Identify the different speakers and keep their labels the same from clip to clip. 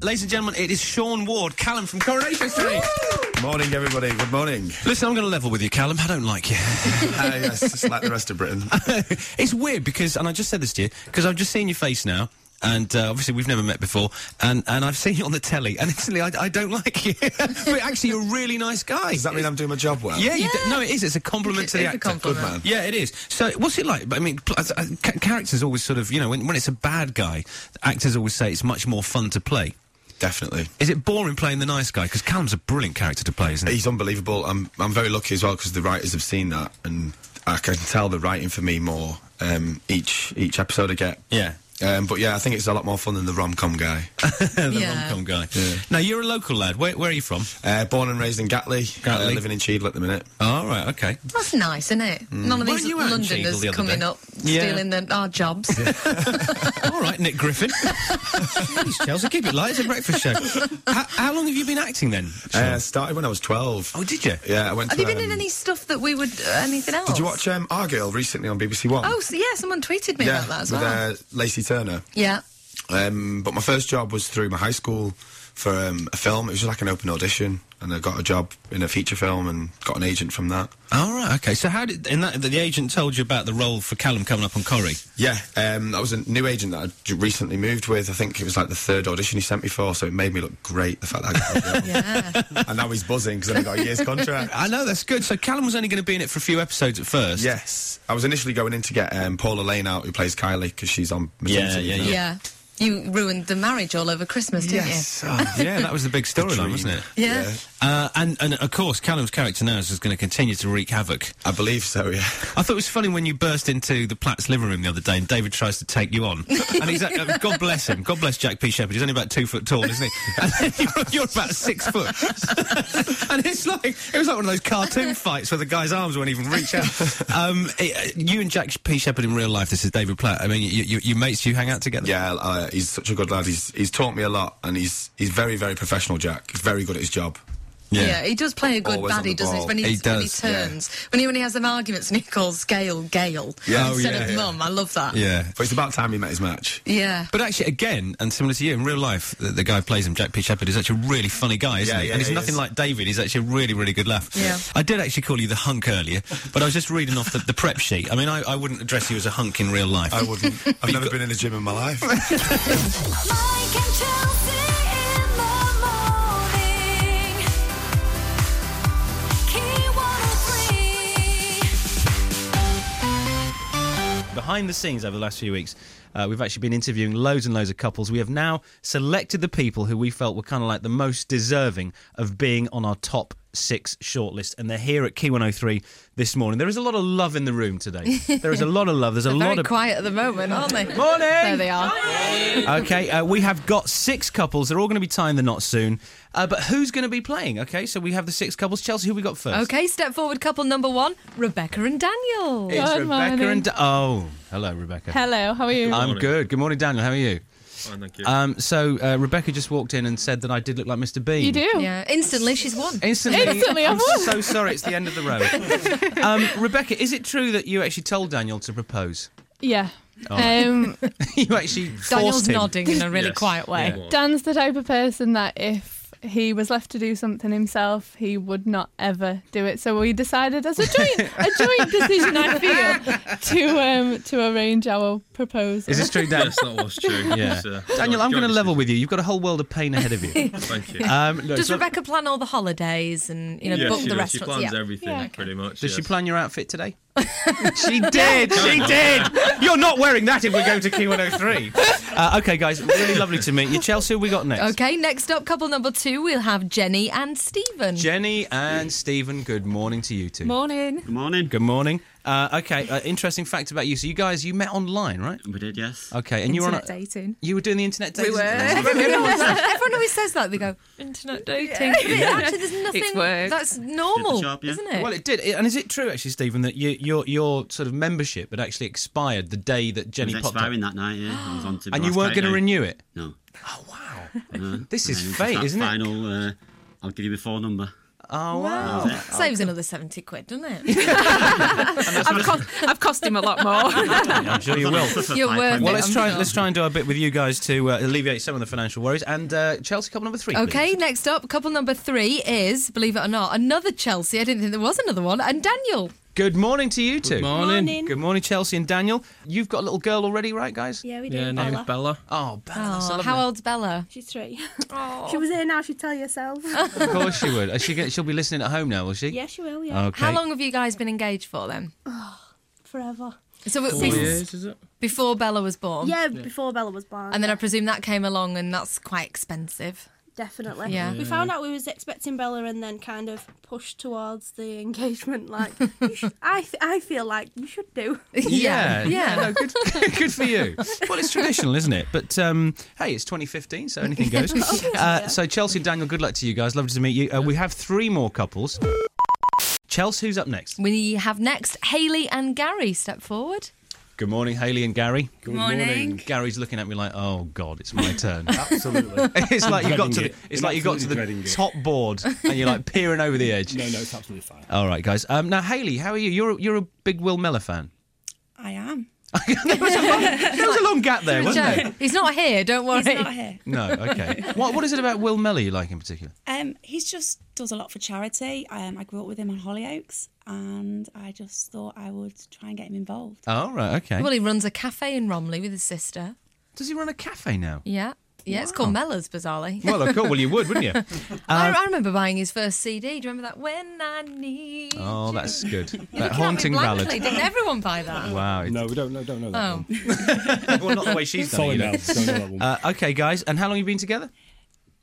Speaker 1: ladies and gentlemen, it is Sean Ward, Callum from Coronation Street.
Speaker 2: Morning, everybody. Good morning.
Speaker 1: Listen, I'm going to level with you, Callum. I don't like you.
Speaker 2: Ah, yes, it's like the rest of Britain.
Speaker 1: it's weird because, and I just said this to you, because I've just seen your face now. And uh, obviously, we've never met before, and, and I've seen you on the telly, and instantly, I, I don't like you. but actually, you're a really nice guy.
Speaker 2: Does that mean I'm doing my job well?
Speaker 1: Yeah, You d-
Speaker 3: Yeah.
Speaker 1: no, it is. It's a compliment
Speaker 3: It's
Speaker 1: to the
Speaker 3: a
Speaker 1: actor.
Speaker 3: compliment. Good man.
Speaker 1: Yeah, it is. So, what's it like? I mean, pl- uh, uh, ca- characters always sort of, you know, when, when it's a bad guy, actors always say it's much more fun to play.
Speaker 2: Definitely.
Speaker 1: Is it boring playing the nice guy? Because Callum's a brilliant character to play, isn't he?
Speaker 2: He's unbelievable. I'm I'm very lucky as well because the writers have seen that, and I can tell they're writing for me more um, each each episode I get.
Speaker 1: Yeah.
Speaker 2: Um, but yeah, I think it's a lot more fun than the rom com guy.
Speaker 1: the
Speaker 3: Yeah.
Speaker 1: rom-com guy. Now, you're a local lad. Where, where are you from?
Speaker 2: uh, born and raised in Gatley,
Speaker 1: Gatley.
Speaker 2: Uh, living in Cheadle at the minute.
Speaker 1: All Oh, right, okay.
Speaker 3: That's nice, isn't it? None of
Speaker 1: Weren't
Speaker 3: these
Speaker 1: you out in Cheadle
Speaker 3: Londoners
Speaker 1: the other
Speaker 3: coming
Speaker 1: day?
Speaker 3: up
Speaker 1: Yeah.
Speaker 3: stealing the, our jobs.
Speaker 1: All right, Nick Griffin. Jeez, Chelsea, keep it light. It's a breakfast show. how, how long have you been acting then?
Speaker 2: Uh, started when I was twelve.
Speaker 1: Oh, did you?
Speaker 2: Yeah, I went.
Speaker 3: Have
Speaker 2: to,
Speaker 3: you been in
Speaker 2: um,
Speaker 3: any stuff that we would uh, anything else?
Speaker 2: Did you watch um, Argyle recently on BBC One?
Speaker 3: Oh, so, yeah. Someone tweeted me
Speaker 2: yeah,
Speaker 3: about that as
Speaker 2: with
Speaker 3: well.
Speaker 2: uh, Lacey Turner.
Speaker 3: yeah.
Speaker 2: Um, but my first job was through my high school for um, a film. It was like an open audition, and I got a job in a feature film and got an agent from that.
Speaker 1: All right, okay. So how did... And that, the agent told you about the role for Callum coming up on Corrie.
Speaker 2: Yeah, um, I was a new agent that I j- recently moved with. I think it was like the third audition he sent me for, so it made me look great. The fact that I got the job.
Speaker 3: Yeah.
Speaker 2: and now he's buzzing because I got a year's contract.
Speaker 1: I know, that's good. So Callum was only going to be in it for a few episodes at first.
Speaker 2: Yes, I was initially going in to get um, Paula Lane out, who plays Kylie, because she's on maternity.
Speaker 1: yeah,
Speaker 2: leave now.
Speaker 3: yeah. You ruined the marriage all over Christmas, didn't
Speaker 2: Yes. Oh,
Speaker 1: Yeah, that was the big storyline,
Speaker 2: dream.
Speaker 1: wasn't it?
Speaker 3: you? Yeah.
Speaker 2: Yeah.
Speaker 1: Uh, and, and, of course, Callum's character now is going to continue to wreak havoc.
Speaker 2: I believe so. Yeah.
Speaker 1: I thought it was funny when you burst into the Platts living room the other day and David tries to take you on. And he's like, uh, God bless him. God bless Jack P. Shepherd. He's only about two foot tall, isn't he? And then you're, you're about six foot. and it's like, it was like one of those cartoon fights where the guy's arms won't even reach out. Um, it, uh, you and Jack P. Shepherd in real life, this is David Platt. I mean, you, you, you mates, you hang out together?
Speaker 2: Yeah, uh, he's such a good lad. He's he's taught me a lot, and he's he's very very professional. Jack, he's very good at his job.
Speaker 3: Yeah. he does play a good
Speaker 2: Always on
Speaker 3: baddie,
Speaker 2: the
Speaker 3: doesn't he?
Speaker 2: ball.
Speaker 3: When he,
Speaker 1: He
Speaker 3: when he
Speaker 1: does, yeah.
Speaker 3: turns, when he when he has them arguments and he calls Gail Gail
Speaker 2: Yeah. Oh,
Speaker 3: instead
Speaker 2: yeah,
Speaker 3: of
Speaker 2: yeah.
Speaker 3: Mum. I love that.
Speaker 1: Yeah.
Speaker 2: But it's about time he met his match.
Speaker 3: Yeah.
Speaker 1: But actually, again, and similar to you, in real life, the, the guy who plays him, Jack P. Shepherd, is actually a really funny guy, isn't
Speaker 2: Yeah,
Speaker 1: he?
Speaker 2: yeah,
Speaker 1: and he's
Speaker 2: he
Speaker 1: nothing
Speaker 2: is.
Speaker 1: like David. He's actually a really, really good laugh.
Speaker 3: Yeah.
Speaker 1: I did actually call you the hunk earlier, but I was just reading off the, the prep sheet. I mean, I, I wouldn't address you as a hunk in real life.
Speaker 4: Oh.
Speaker 2: I wouldn't. I've never been in a gym in my life.
Speaker 5: Mike and Chelsea in the morning. Key 103.
Speaker 4: Behind the scenes over the last few weeks, uh, we've actually been interviewing loads and loads of couples. We have now selected the people who we felt were kind of like the most deserving of being on our top six shortlist, and they're here at Key 103 this morning. There is a lot of love in the room today. There is a lot of love. There's a lot
Speaker 3: Very
Speaker 4: of.
Speaker 3: quiet at the moment, aren't they?
Speaker 4: Morning!
Speaker 3: There they are.
Speaker 4: Okay, uh, we have got six couples. They're all going to be tying the knot soon. Uh, but who's going to be playing? Okay, so we have the six couples. Chelsea, who we got first?
Speaker 6: Okay, step forward couple number one, Rebecca and Daniel.
Speaker 4: It's
Speaker 7: Good
Speaker 4: Rebecca
Speaker 7: morning.
Speaker 4: and. Oh, hello, Rebecca.
Speaker 7: Hello, how are you?
Speaker 4: I'm good. Good morning, Daniel. How are you?
Speaker 8: Fine, thank you.
Speaker 4: Um, so uh, Rebecca just walked in and said that I did look like Mr. Bean.
Speaker 7: you do?
Speaker 3: Yeah. Instantly, she's won.
Speaker 4: Instantly,
Speaker 7: Instantly,
Speaker 4: I'm
Speaker 7: I've won.
Speaker 4: so sorry. It's the end of the road. um, Rebecca, is it true that you actually told Daniel to propose?
Speaker 7: Yeah.
Speaker 4: Oh.
Speaker 7: Um,
Speaker 4: you actually forced
Speaker 6: Daniel's
Speaker 4: him.
Speaker 6: nodding in a really
Speaker 8: Yes.
Speaker 6: quiet way.
Speaker 8: Yeah.
Speaker 7: Dan's the type of person that if he was left to do something himself, he would not ever do it. So we decided as a joint, a joint decision, I feel, to um, to arrange our proposal.
Speaker 4: Is this true, Dan?
Speaker 8: Yes, that was true.
Speaker 4: Yeah.
Speaker 8: It's, uh,
Speaker 4: Daniel,
Speaker 8: no,
Speaker 4: I'm going to
Speaker 8: joint
Speaker 4: level with you. You've got a whole world of pain ahead of you.
Speaker 8: decision. Thank you.
Speaker 4: Um, no,
Speaker 3: Does
Speaker 4: so-
Speaker 3: Rebecca plan all the holidays and you know
Speaker 8: yeah,
Speaker 3: book
Speaker 8: she,
Speaker 3: the
Speaker 8: does. she
Speaker 3: restaurants?
Speaker 8: plans
Speaker 3: yeah.
Speaker 8: everything pretty much.
Speaker 4: Does she
Speaker 8: yes.
Speaker 4: plan your outfit today? she did. She did. You're not wearing that if we go to Q103. Uh, okay, guys, really lovely to meet you. Chelsea, who we got next?
Speaker 3: Okay, next up, couple number two, we'll have Jenny and Stephen.
Speaker 4: Jenny and Stephen, good morning to you two.
Speaker 6: Morning.
Speaker 8: Good morning.
Speaker 4: Good morning. Uh, okay, uh, interesting fact about you. So you guys, you met online, right?
Speaker 8: We did, yes.
Speaker 4: Okay, and you were on.
Speaker 6: Internet
Speaker 4: A,
Speaker 6: dating.
Speaker 4: you were doing the internet dating.
Speaker 3: everyone, everyone always says that. They go internet dating. Actually, there's nothing.
Speaker 6: worked.
Speaker 3: That's normal,
Speaker 8: Did the job, yeah.
Speaker 3: isn't it?
Speaker 4: Well, it did, and is it true actually, Stephen, that you, your your sort of membership had actually expired the day that Jenny
Speaker 9: It was
Speaker 4: popped up,
Speaker 9: expiring that night, yeah. I was on to the
Speaker 4: and you
Speaker 9: last
Speaker 4: weren't going to
Speaker 9: category.
Speaker 4: renew it?
Speaker 9: No.
Speaker 4: Wow,
Speaker 9: no.
Speaker 4: this is
Speaker 9: And it was
Speaker 4: fate,
Speaker 9: that
Speaker 4: isn't it?
Speaker 9: final, it? Uh, I'll give you my phone number.
Speaker 1: Oh, wow.
Speaker 3: Saves another 70 quid, doesn't it?
Speaker 7: I've, cost, I've cost him a lot more.
Speaker 1: Yeah, I'm sure you will.
Speaker 3: You're worth
Speaker 1: Well,
Speaker 3: it,
Speaker 1: let's
Speaker 3: I'm
Speaker 1: try.
Speaker 3: sure.
Speaker 1: Let's try and do a bit with you guys to uh, alleviate some of the financial worries. And uh, Chelsea, couple number
Speaker 4: Oh.
Speaker 1: three.
Speaker 3: Okay, next up, couple number three is, believe it or not, another Chelsea. I didn't think there was another one. And Daniel.
Speaker 1: please. Good morning to you two.
Speaker 4: morning. Morning.
Speaker 1: Good morning, Chelsea and Daniel. You've got a little girl already, right, guys?
Speaker 10: Yeah, we do.
Speaker 4: Yeah, name's
Speaker 10: Bella.
Speaker 4: Bella.
Speaker 1: Oh, Bella, that's
Speaker 3: Oh,
Speaker 1: lovely.
Speaker 3: how old's Bella?
Speaker 10: She's three.
Speaker 3: oh.
Speaker 10: If she was here now, she'd tell you herself.
Speaker 1: Of course she would. Uh, She get, she'll be listening at home now, will she?
Speaker 10: yeah, she will, yeah.
Speaker 1: Okay.
Speaker 3: How long have you guys been engaged for then?
Speaker 10: Forever.
Speaker 3: So it
Speaker 4: Four
Speaker 3: was
Speaker 4: years, is it?
Speaker 3: before Bella was born.
Speaker 10: Yeah, before Bella was born.
Speaker 3: And then I
Speaker 10: yeah,
Speaker 3: presume that came along, and that's quite expensive.
Speaker 10: definitely.
Speaker 3: Yeah.
Speaker 10: We found out we was expecting Bella and then kind of pushed towards the engagement. Like, you should, I, I feel like you should do.
Speaker 1: Yeah,
Speaker 3: yeah.
Speaker 1: no, good, good for you. Well, it's traditional, isn't it? But um, hey, it's 2015, so anything goes. uh, so Chelsea and Daniel, good luck to you guys. Lovely to meet you. Uh, we have three more couples. Chelsea, who's up next?
Speaker 3: We have next Haley and Gary. Step forward.
Speaker 1: Good morning, Haley and Gary.
Speaker 5: Good morning.
Speaker 1: Gary's looking at me like, "Oh God, it's my turn."
Speaker 11: Absolutely.
Speaker 1: it's like you got to
Speaker 11: Dreading
Speaker 1: the,
Speaker 11: it.
Speaker 1: it's
Speaker 11: I'm
Speaker 1: like you got to
Speaker 11: absolutely
Speaker 1: the
Speaker 11: dreading it.
Speaker 1: top board and you're like peering over the edge.
Speaker 11: No, no, it's absolutely fine.
Speaker 1: All right, guys. Um, now, Haley, how are you? You're a, you're a big Will Mellor fan.
Speaker 5: I am.
Speaker 1: there, was a long, there was a long gap there, wasn't
Speaker 3: Joe,
Speaker 1: there?
Speaker 3: he's not here. Don't worry.
Speaker 5: He's not here.
Speaker 1: No, okay. What what is it about Will Mellor you like in particular?
Speaker 5: Um, he's just does a lot for charity. Um, I grew up with him on Hollyoaks, and I just thought I would try and get him involved.
Speaker 1: Oh, all right, okay.
Speaker 3: Well, he runs a cafe in Romley with his sister.
Speaker 1: Does he run a cafe now?
Speaker 3: Yeah. Yeah, it's called Mella's, bizarrely.
Speaker 1: Well, uh, of course. Well, you would, wouldn't you?
Speaker 3: I, I remember buying his first CD. Do you remember that? When I need.
Speaker 1: Oh, that's good. That
Speaker 3: Looking at me
Speaker 1: haunting
Speaker 3: blankly.
Speaker 1: ballad.
Speaker 3: Didn't everyone buy that?
Speaker 1: Wow.
Speaker 11: No, we don't, no, don't know that.
Speaker 3: Oh,
Speaker 11: one.
Speaker 1: well, not the way she's
Speaker 11: Sorry, no, don't know that one.
Speaker 1: Uh, okay, guys. And how long have you been together?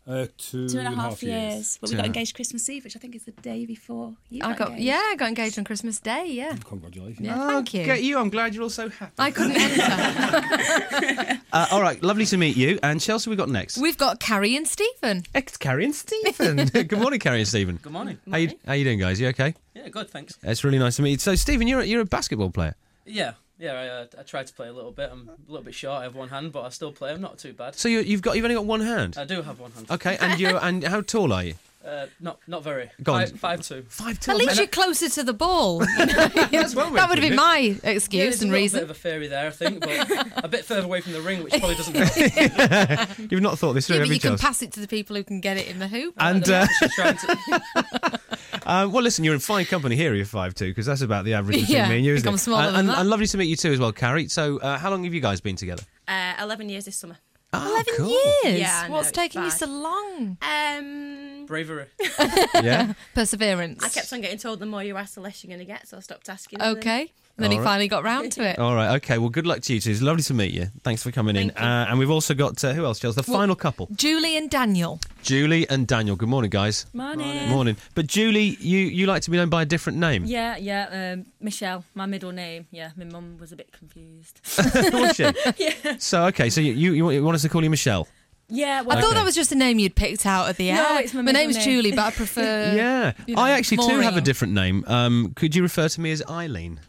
Speaker 11: Uh, two
Speaker 5: Two and a half years. But
Speaker 1: Two
Speaker 5: we got
Speaker 1: and a-
Speaker 5: engaged Christmas Eve, which I think is the day before you
Speaker 3: I got
Speaker 5: engaged.
Speaker 3: yeah, I got engaged on Christmas Day. Yeah,
Speaker 11: Congratulations.
Speaker 3: yeah. Thank you.
Speaker 1: Get you. I'm glad you're all so happy.
Speaker 3: I couldn't enter.
Speaker 1: Uh, all right. Lovely to meet you. And Chelsea, we got next.
Speaker 3: We've got Carrie and Stephen.
Speaker 1: Ex Carrie and Stephen. Good morning, Carrie and Stephen. Good
Speaker 12: morning.
Speaker 1: How you, how you doing, guys? You okay?
Speaker 12: Yeah, good, thanks.
Speaker 1: It's really nice to meet you. So, Stephen, you're a, you're a basketball player.
Speaker 12: Yeah, yeah, I, uh, I tried to play a little bit. I'm a little bit short. I have one hand, but I still play. I'm not too bad.
Speaker 1: So you, you've got you've only got one hand.
Speaker 12: I do have one hand.
Speaker 1: Okay, and you and how tall are you?
Speaker 12: Uh, not not very.
Speaker 1: Go on.
Speaker 12: Five, five two.
Speaker 1: Five two.
Speaker 3: At least you're closer to the ball. that would have been my
Speaker 12: Yeah,
Speaker 3: excuse
Speaker 12: there's a
Speaker 3: and
Speaker 12: little
Speaker 3: reason.
Speaker 12: bit of a theory there, I think, but a bit further away from the ring, which probably doesn't help.
Speaker 1: You've not thought this through,
Speaker 3: Yeah,
Speaker 1: have
Speaker 3: but
Speaker 1: you,
Speaker 3: you can
Speaker 1: Chelsea?
Speaker 3: pass it to the people who can get it in the hoop.
Speaker 1: And uh,
Speaker 12: She's trying to-
Speaker 1: um, well, listen, you're in fine company here. You're five two because that's about the average between
Speaker 3: Yeah,
Speaker 1: me and you, isn't
Speaker 3: become
Speaker 1: it?
Speaker 3: smaller
Speaker 1: and,
Speaker 3: than
Speaker 1: and,
Speaker 3: that.
Speaker 1: and lovely to meet you too, as well, Carrie. So, uh, how long have you guys been together?
Speaker 10: Uh, 11 years this summer.
Speaker 1: Oh,
Speaker 3: Eleven
Speaker 1: cool.
Speaker 3: years.
Speaker 10: Yeah, I know,
Speaker 3: What's
Speaker 10: it's
Speaker 3: taking you
Speaker 10: bad.
Speaker 3: so long?
Speaker 10: Um,
Speaker 12: bravery.
Speaker 1: Yeah.
Speaker 3: Perseverance.
Speaker 10: I kept on getting told the more you ask, the less you're going to get, so I stopped asking.
Speaker 3: Okay. And then he
Speaker 1: All right.
Speaker 3: finally got round to it.
Speaker 1: All right. Okay. Well, good luck to you two. It's lovely to meet you. Thanks for coming in. Uh, and we've also got uh, who else, Chelsea? The final couple,
Speaker 3: Julie and Daniel.
Speaker 1: Julie and Daniel. Good morning, guys.
Speaker 5: Morning.
Speaker 1: Morning. But Julie, you you like to be known by a different name.
Speaker 5: Yeah, yeah. Um, Michelle, my middle name. Yeah, my mum was a bit confused.
Speaker 1: was she? So okay, so you, you you want- you want us to call you Michelle?
Speaker 5: Yeah, well,
Speaker 3: I thought
Speaker 1: Okay.
Speaker 3: that was just a name you'd picked out at the
Speaker 5: No,
Speaker 3: end.
Speaker 5: it's my middle
Speaker 3: name's
Speaker 5: name.
Speaker 3: Julie, but I
Speaker 5: Uh,
Speaker 3: prefer.
Speaker 1: yeah,
Speaker 3: you know,
Speaker 1: I actually do
Speaker 3: Maureen.
Speaker 1: have a different name. Um, could you refer to me as Eileen?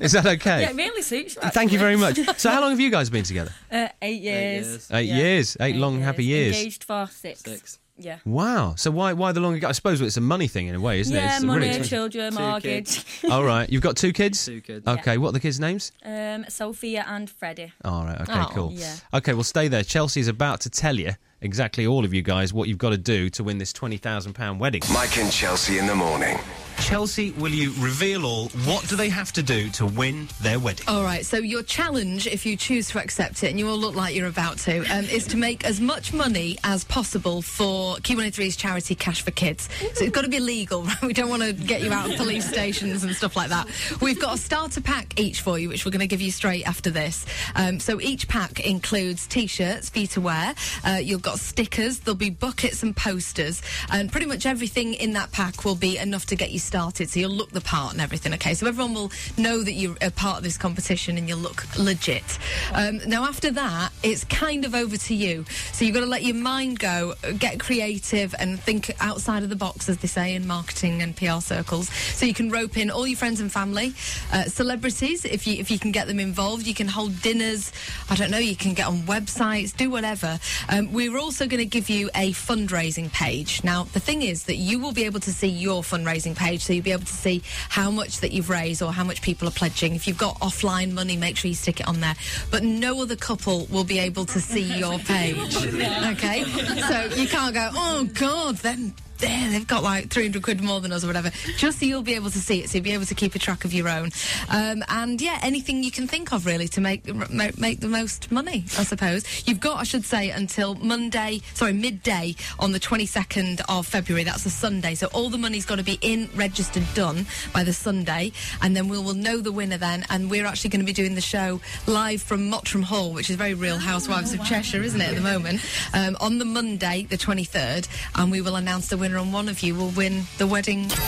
Speaker 1: Is that okay?
Speaker 5: yeah, it really suits you.
Speaker 1: Thank you very much. So how long have you guys been together?
Speaker 5: Uh, eight years.
Speaker 1: Eight
Speaker 5: Yeah.
Speaker 1: years, eight, long happy years.
Speaker 5: Engaged for six.
Speaker 4: Six.
Speaker 5: Yeah.
Speaker 1: Wow. So why why the long ago? I suppose it's a money thing in a way, isn't it?
Speaker 5: yeah,
Speaker 1: It's
Speaker 5: money,
Speaker 1: really expensive.
Speaker 5: children,
Speaker 4: Two
Speaker 5: mortgage.
Speaker 1: All right, you've got two kids.
Speaker 4: Two kids.
Speaker 1: Okay, what are the kids' names?
Speaker 5: Um, Sophia and Freddie.
Speaker 1: All right. Okay.
Speaker 3: Oh,
Speaker 1: cool.
Speaker 5: yeah.
Speaker 1: Okay. Well, stay there. Chelsea's about to tell you exactly all of you guys what you've got to do to win this twenty thousand pound wedding.
Speaker 13: Mike and Chelsea in the morning.
Speaker 1: Chelsea, will you reveal all? What do they have to do to win their wedding?
Speaker 3: All right, so your challenge, if you choose to accept it, and you all look like you're about to, um, is to make as much money as possible for Q103's charity Cash for Kids. So it's got to be legal, right? We don't want to get you out of police stations and stuff like that. We've got a starter pack each for you, which we're going to give you straight after this. Um, so each pack includes t shirts for you to wear, uh, you've got stickers, there'll be buckets and posters, and pretty much everything in that pack will be enough to get you started. started, so you'll look the part and everything. Okay, so everyone will know that you're a part of this competition and you'll look legit. Um, now after that, it's kind of over to you. So you've got to let your mind go, get creative, and think outside of the box, as they say in marketing and PR circles. So you can rope in all your friends and family, uh, celebrities, if you if you can get them involved. You can hold dinners. I don't know. You can get on websites, do whatever. Um, we're also going to give you a fundraising page. Now the thing is that you will be able to see your fundraising page, so you'll be able to see how much that you've raised or how much people are pledging. If you've got offline money, make sure you stick it on there. But no other couple will be able to see your page. Okay, so you can't go. Oh God, then there, they've got like 300 quid more than us or whatever. Just so you'll be able to see it, so you'll be able to keep a track of your own. Um, and yeah, anything you can think of really to make r- ma- make the most money, I suppose. You've got, I should say, until Monday, sorry, midday on the 22nd of February. That's a Sunday. So all the money's got to be in, registered, done by the Sunday. And then we will know the winner then. And we're actually going to be doing the show live from Mottram Hall, which is very real Housewives of Cheshire, isn't it, at the moment? Um, on the Monday, the 23rd. And we will announce the winner, and one of you will win the wedding.
Speaker 5: Mike and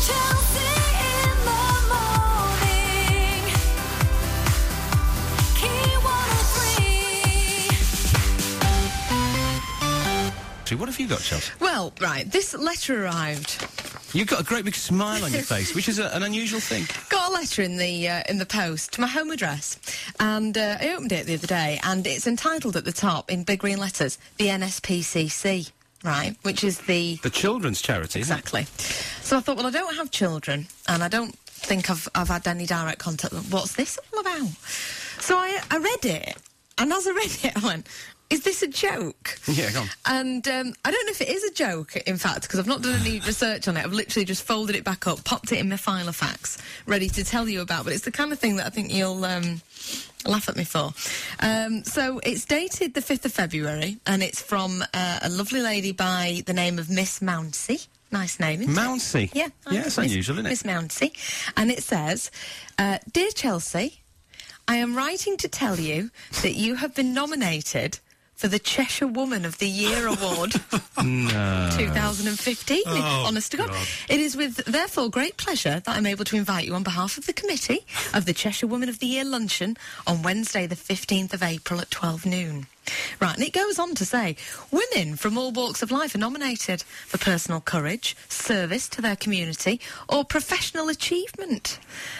Speaker 5: Chelsea in the morning. oh Key 103.
Speaker 1: Actually, What have you got, Chelsea?
Speaker 3: Well, right, this letter arrived.
Speaker 1: You've got a great big smile on your face, which is a, an unusual thing.
Speaker 3: Got a letter in the uh, in the post to my home address, and uh, I opened it the other day, and it's entitled at the top in big green letters, the NSPCC, right, which is the
Speaker 1: The children's charity. isn't it?
Speaker 3: Exactly. So I thought, well, I don't have children, and I don't think I've, I've had any direct contact. with them. What's this all about? So I, I read it, and as I read it, I went, is this a joke?
Speaker 1: Yeah, go on.
Speaker 3: And um, I don't know if it is a joke, in fact, because I've not done any research on it. I've literally just folded it back up, popped it in my file of facts, ready to tell you about. But it's the kind of thing that I think you'll um, laugh at me for. Um, so it's dated the 5th of February, and it's from uh, a lovely lady by the name of Miss Mounsey. Nice name, isn't it?
Speaker 1: Mounsey?
Speaker 3: Yeah.
Speaker 1: Yeah, it's unusual, isn't it?
Speaker 3: Miss Mounsey. And it says, uh, Dear Chelsea, I am writing to tell you that you have been nominated for the Cheshire Woman of the Year Award.
Speaker 1: No.
Speaker 3: 2015.
Speaker 1: Oh,
Speaker 3: honest to God.
Speaker 1: God.
Speaker 3: It is with, therefore, great pleasure that I'm able to invite you on behalf of the committee of the Cheshire Woman of the Year luncheon on Wednesday, the 15th of April at 12 noon. Right, and it goes on to say women from all walks of life are nominated for personal courage, service to their community, or professional achievement.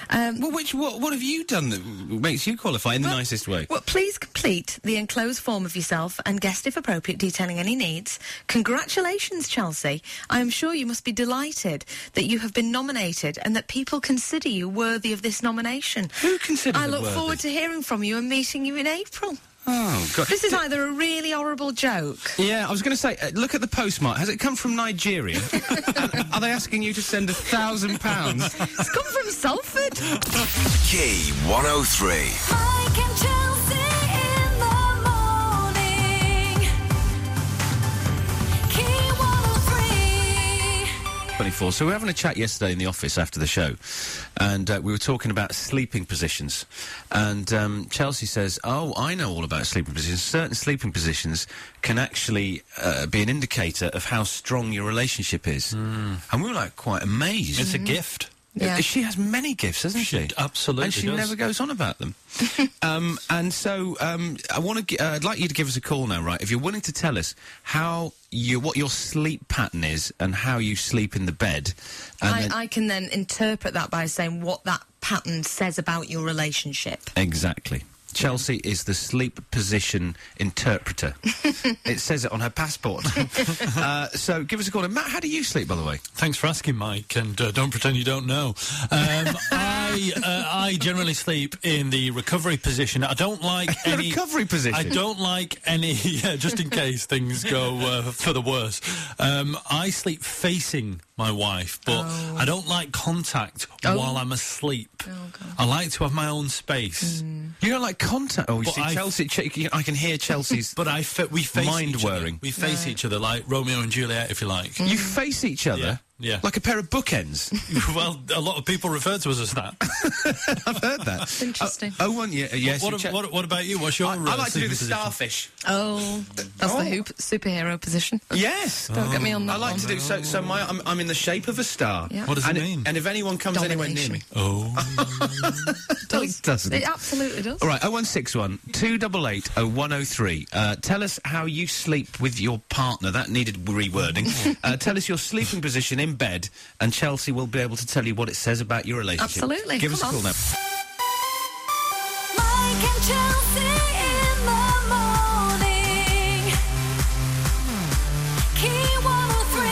Speaker 3: Um,
Speaker 1: Well, which what, what have you done that w- makes you qualify in the nicest way?
Speaker 3: well, please complete the enclosed form of yourself and guest, if appropriate, detailing any needs. Congratulations, Chelsea. I am sure you must be delighted that you have been nominated and that people consider you worthy of this nomination.
Speaker 1: Who considers
Speaker 3: I
Speaker 1: it
Speaker 3: look
Speaker 1: worthy?
Speaker 3: forward to hearing from you and meeting you in April.
Speaker 1: Oh God!
Speaker 3: This is either a really horrible joke.
Speaker 1: Yeah, I was going to say, uh, look at the postmark. Has it come from Nigeria? Are they asking you to send a thousand pounds?
Speaker 3: It's come from Salford.
Speaker 14: Key 103.
Speaker 5: Mike and Chelsea in the morning. Key 103.
Speaker 1: 24. So we were having a chat yesterday in the office after the show, and uh, we were talking about sleeping positions. And um, Chelsea says, "Oh, I know all about sleeping positions. Certain sleeping positions can actually uh, be an indicator of how strong your relationship is." And we were like quite amazed.
Speaker 8: Hmm. It's a Mhm. gift.
Speaker 1: Uh,
Speaker 8: Yeah.
Speaker 1: She has many gifts, hasn't she?
Speaker 8: absolutely
Speaker 1: And she
Speaker 8: does.
Speaker 1: never goes on about them. um, and so um, I want to. Uh, I'd like you to give us a call now, right? If you're willing to tell us how you what your sleep pattern is and how you sleep in the bed. And
Speaker 3: I,
Speaker 1: then-
Speaker 3: I can then interpret that by saying what that pattern says about your relationship.
Speaker 1: Exactly. Chelsea is the sleep position interpreter. it says it on her passport. uh, so give us a call. And Matt, how do you sleep, by the way?
Speaker 8: Thanks for asking, Mike, and uh, don't pretend you don't know. Um, I uh, I generally sleep in the recovery position. I don't like
Speaker 1: The
Speaker 8: any
Speaker 1: recovery position?
Speaker 8: I don't like any. Yeah, just in case things go uh, for the worse. Um, I sleep facing my wife, but I don't like contact
Speaker 1: Oh.
Speaker 8: while I'm asleep. I like to have my own space.
Speaker 4: Mm.
Speaker 1: You don't like contact. Oh, you
Speaker 8: But
Speaker 1: see,
Speaker 8: I-
Speaker 1: Chelsea. Ch- I can hear Chelsea's.
Speaker 8: But I fa- we face
Speaker 1: mind
Speaker 8: each other.
Speaker 1: whirring.
Speaker 4: Mm.
Speaker 8: We face each other like Romeo and Juliet, if you like.
Speaker 1: You face each other.
Speaker 8: Yeah.
Speaker 1: Like a pair of bookends.
Speaker 8: well, a lot of people refer to us as that.
Speaker 1: I've heard that. Interesting. Oh, one, yeah, yes.
Speaker 8: What,
Speaker 1: you
Speaker 8: what,
Speaker 1: check-
Speaker 8: what, what about you? What's your uh,
Speaker 1: I, I like to do the
Speaker 8: stuff.
Speaker 1: starfish.
Speaker 3: Oh, that's the hoop superhero position.
Speaker 1: Yes.
Speaker 3: Don't get me on that
Speaker 1: I like
Speaker 3: one.
Speaker 1: to do so. So my, I'm, I'm in the shape of a star.
Speaker 3: Yeah. What does it
Speaker 1: and mean? and if anyone comes anywhere near me, oh, does, doesn't
Speaker 3: It
Speaker 1: it?
Speaker 3: absolutely does.
Speaker 1: All right, 0161 288 0103. Uh, tell us how you sleep with your partner. That needed rewording. uh, tell us your sleeping position in bed, and Chelsea will be able to tell you what it says about your relationship.
Speaker 5: Absolutely,
Speaker 1: Give us
Speaker 5: come
Speaker 1: a call
Speaker 5: on.
Speaker 1: now.
Speaker 5: Mike and Chelsea in the morning. Key 103.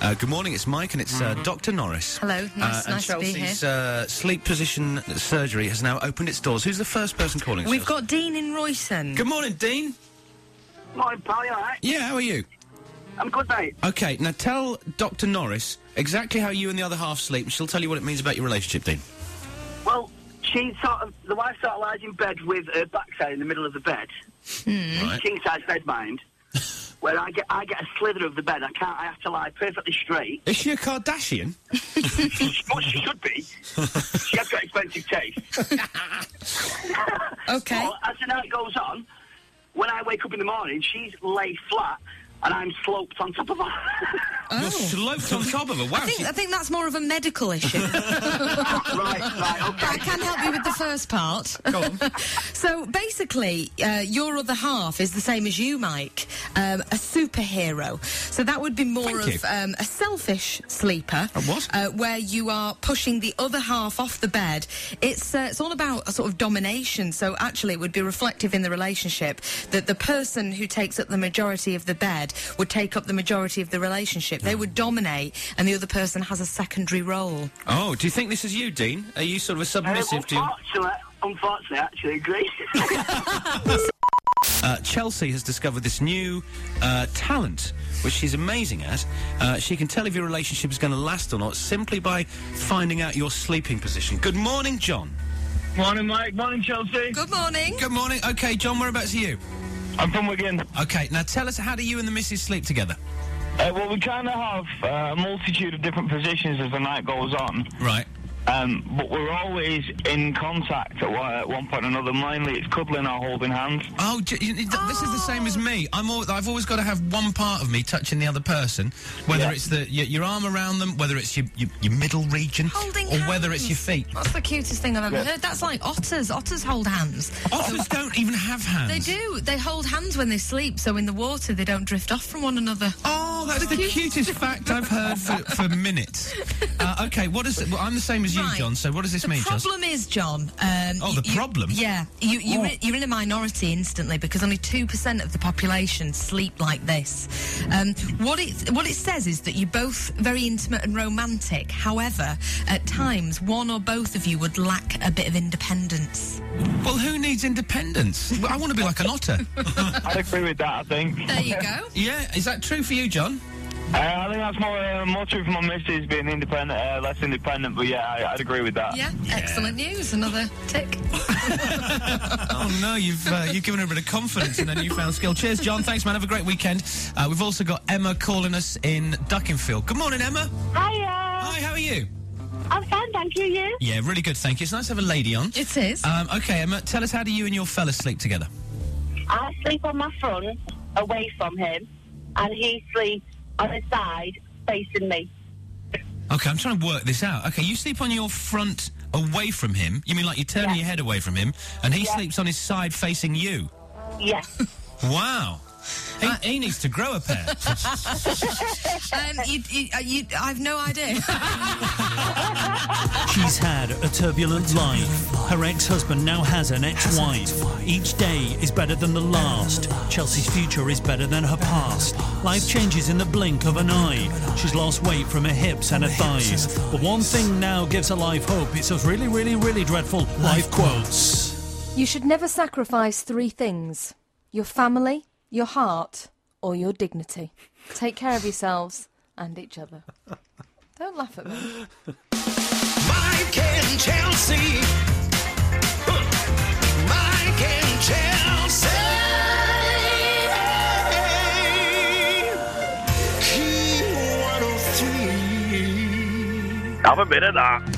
Speaker 1: Uh, good morning, it's Mike, and it's uh, Dr. Norris.
Speaker 3: Mm-hmm.
Speaker 1: Uh,
Speaker 3: Hello, nice-
Speaker 1: and
Speaker 3: nice to be
Speaker 1: Chelsea's,
Speaker 3: here.
Speaker 1: Uh, sleep position surgery has now opened its doors. Who's the first person calling?
Speaker 3: We've
Speaker 1: Chelsea?
Speaker 3: got Dean in Royston.
Speaker 1: Good morning, Dean.
Speaker 15: Morning, pal, you alright?
Speaker 1: Yeah, how are you?
Speaker 15: I'm good, mate.
Speaker 1: Okay, now tell Dr. Norris exactly how you and the other half sleep, and she'll tell you what it means about your relationship, Dean.
Speaker 15: Well, she sort of, the wife sort of lies in bed with her backside in the middle of the bed.
Speaker 1: Right.
Speaker 15: King size bed, mind. where I get, I get a slither of the bed. I can't, I have to lie perfectly straight.
Speaker 1: Is she a Kardashian?
Speaker 15: what she should be. She has got expensive taste. okay. But as the night goes on, when I wake up in the morning, she's lay flat and I'm sloped on top of her.
Speaker 1: You're sloped on top of her. Wow.
Speaker 3: Oh. I think
Speaker 1: she-
Speaker 3: I think that's more of a medical issue. right,
Speaker 15: right, okay.
Speaker 3: I can help you with the first part. so basically, uh, your other half is the same as you, Mike, um, a superhero. So that would be more
Speaker 5: Thank
Speaker 3: of
Speaker 5: you.
Speaker 3: um, a selfish sleeper.
Speaker 5: what?
Speaker 3: Uh, where you are pushing the other half off the bed. It's uh, it's all about a sort of domination. So actually, it would be reflective in the relationship that the person who takes up the majority of the bed would take up the majority of the relationship. They would dominate, and the other person has a secondary role.
Speaker 1: Oh, do you think this is you, Dean? Are you sort of a submissive to?
Speaker 15: unfortunately, unfortunately, I actually agree.
Speaker 1: Uh, Chelsea has discovered this new uh, talent, which she's amazing at. Uh, she can tell if your relationship is going to last or not simply by finding out your sleeping position. Good morning, John.
Speaker 15: Morning, Mike. Morning, Chelsea.
Speaker 3: Good morning.
Speaker 1: Good morning. Okay, John, whereabouts are you?
Speaker 15: I'm from Wigan.
Speaker 1: Okay, now tell us how do you and the missus sleep together?
Speaker 15: Uh, well, we kind of have uh, a multitude of different positions as the night goes on.
Speaker 1: Right.
Speaker 15: Um, but we're always in contact at one, at one point or another. Mainly, it's coupling or holding hands.
Speaker 1: Oh, j- you- th- this is the same
Speaker 3: Ah.
Speaker 1: as me. I'm al- I've always got to have one part of me touching the other person, whether
Speaker 15: Yeah.
Speaker 1: it's the y- your arm around them, whether it's your, your, your middle region,
Speaker 3: Holding
Speaker 1: or whether it's your feet.
Speaker 3: That's the cutest thing I've ever
Speaker 1: Yeah.
Speaker 3: heard. That's like otters. Otters hold hands.
Speaker 1: Otters don't even have hands.
Speaker 3: They do. They hold hands when they sleep, so in the water they don't drift off from one another.
Speaker 1: Oh, that's the cutest fact I've heard for, for minutes. Uh, okay, what is? Well, I'm the same as you,
Speaker 3: Right.
Speaker 1: John. So what does this
Speaker 3: the
Speaker 1: mean, Chelsea?
Speaker 3: problem is, John. Um,
Speaker 1: Oh,
Speaker 3: you-
Speaker 1: the
Speaker 3: you-
Speaker 1: problem?
Speaker 3: Yeah, you, you're,
Speaker 1: Oh.
Speaker 3: in, you're in a minority instantly because only two percent of the population sleep like this. Um, what it what it says is that you're both very intimate and romantic. However,
Speaker 1: Hmm.
Speaker 3: at times one or both of you would lack a bit of independence.
Speaker 1: Well, who needs independence? Well, I want to be like an otter.
Speaker 15: I'd agree with that. I think.
Speaker 3: There you go.
Speaker 1: yeah, is that true for you, John?
Speaker 15: Uh, I think that's more uh, more true for my missus being independent, uh, less independent. But yeah, I, I'd agree with that.
Speaker 3: Yeah, excellent news. Another tick.
Speaker 1: oh no, you've uh, you've given her a bit of confidence and a newfound skill. Cheers, John. Thanks, man. Have a great weekend. Uh, we've also got Emma calling us in Duckinfield. Good morning, Emma.
Speaker 16: Hiya.
Speaker 1: Hi, how are you?
Speaker 16: I'm fine, thank you. You?
Speaker 1: Yeah, really good, thank you. It's nice to have a lady on.
Speaker 3: It is.
Speaker 1: Um, okay, Emma, tell us how do you and your fella sleep together?
Speaker 16: I sleep on my front, away from him, and he sleeps on his side, facing me.
Speaker 1: Okay, I'm trying to work this out. Okay, you sleep on your front away from him. You mean like you're turning your head away from him, and he sleeps on his side facing you.
Speaker 16: Yes.
Speaker 1: Wow. He, he needs to grow a pair.
Speaker 3: um, you, you, uh, you, I've no idea.
Speaker 12: She's had a turbulent life. Her ex husband now has an ex wife. Each day is better than the last. Chelsea's future is better than her past. Life changes in the blink of an eye. She's lost weight from her hips and her thighs. But one thing now gives her life hope it's those really, really, really dreadful life quotes.
Speaker 17: You should never sacrifice three things your family, your heart, or your dignity. Take care of yourselves and each other. Don't laugh at me.
Speaker 5: Mike and Chelsea. Mike and Chelsea. Key
Speaker 18: have a bit of that.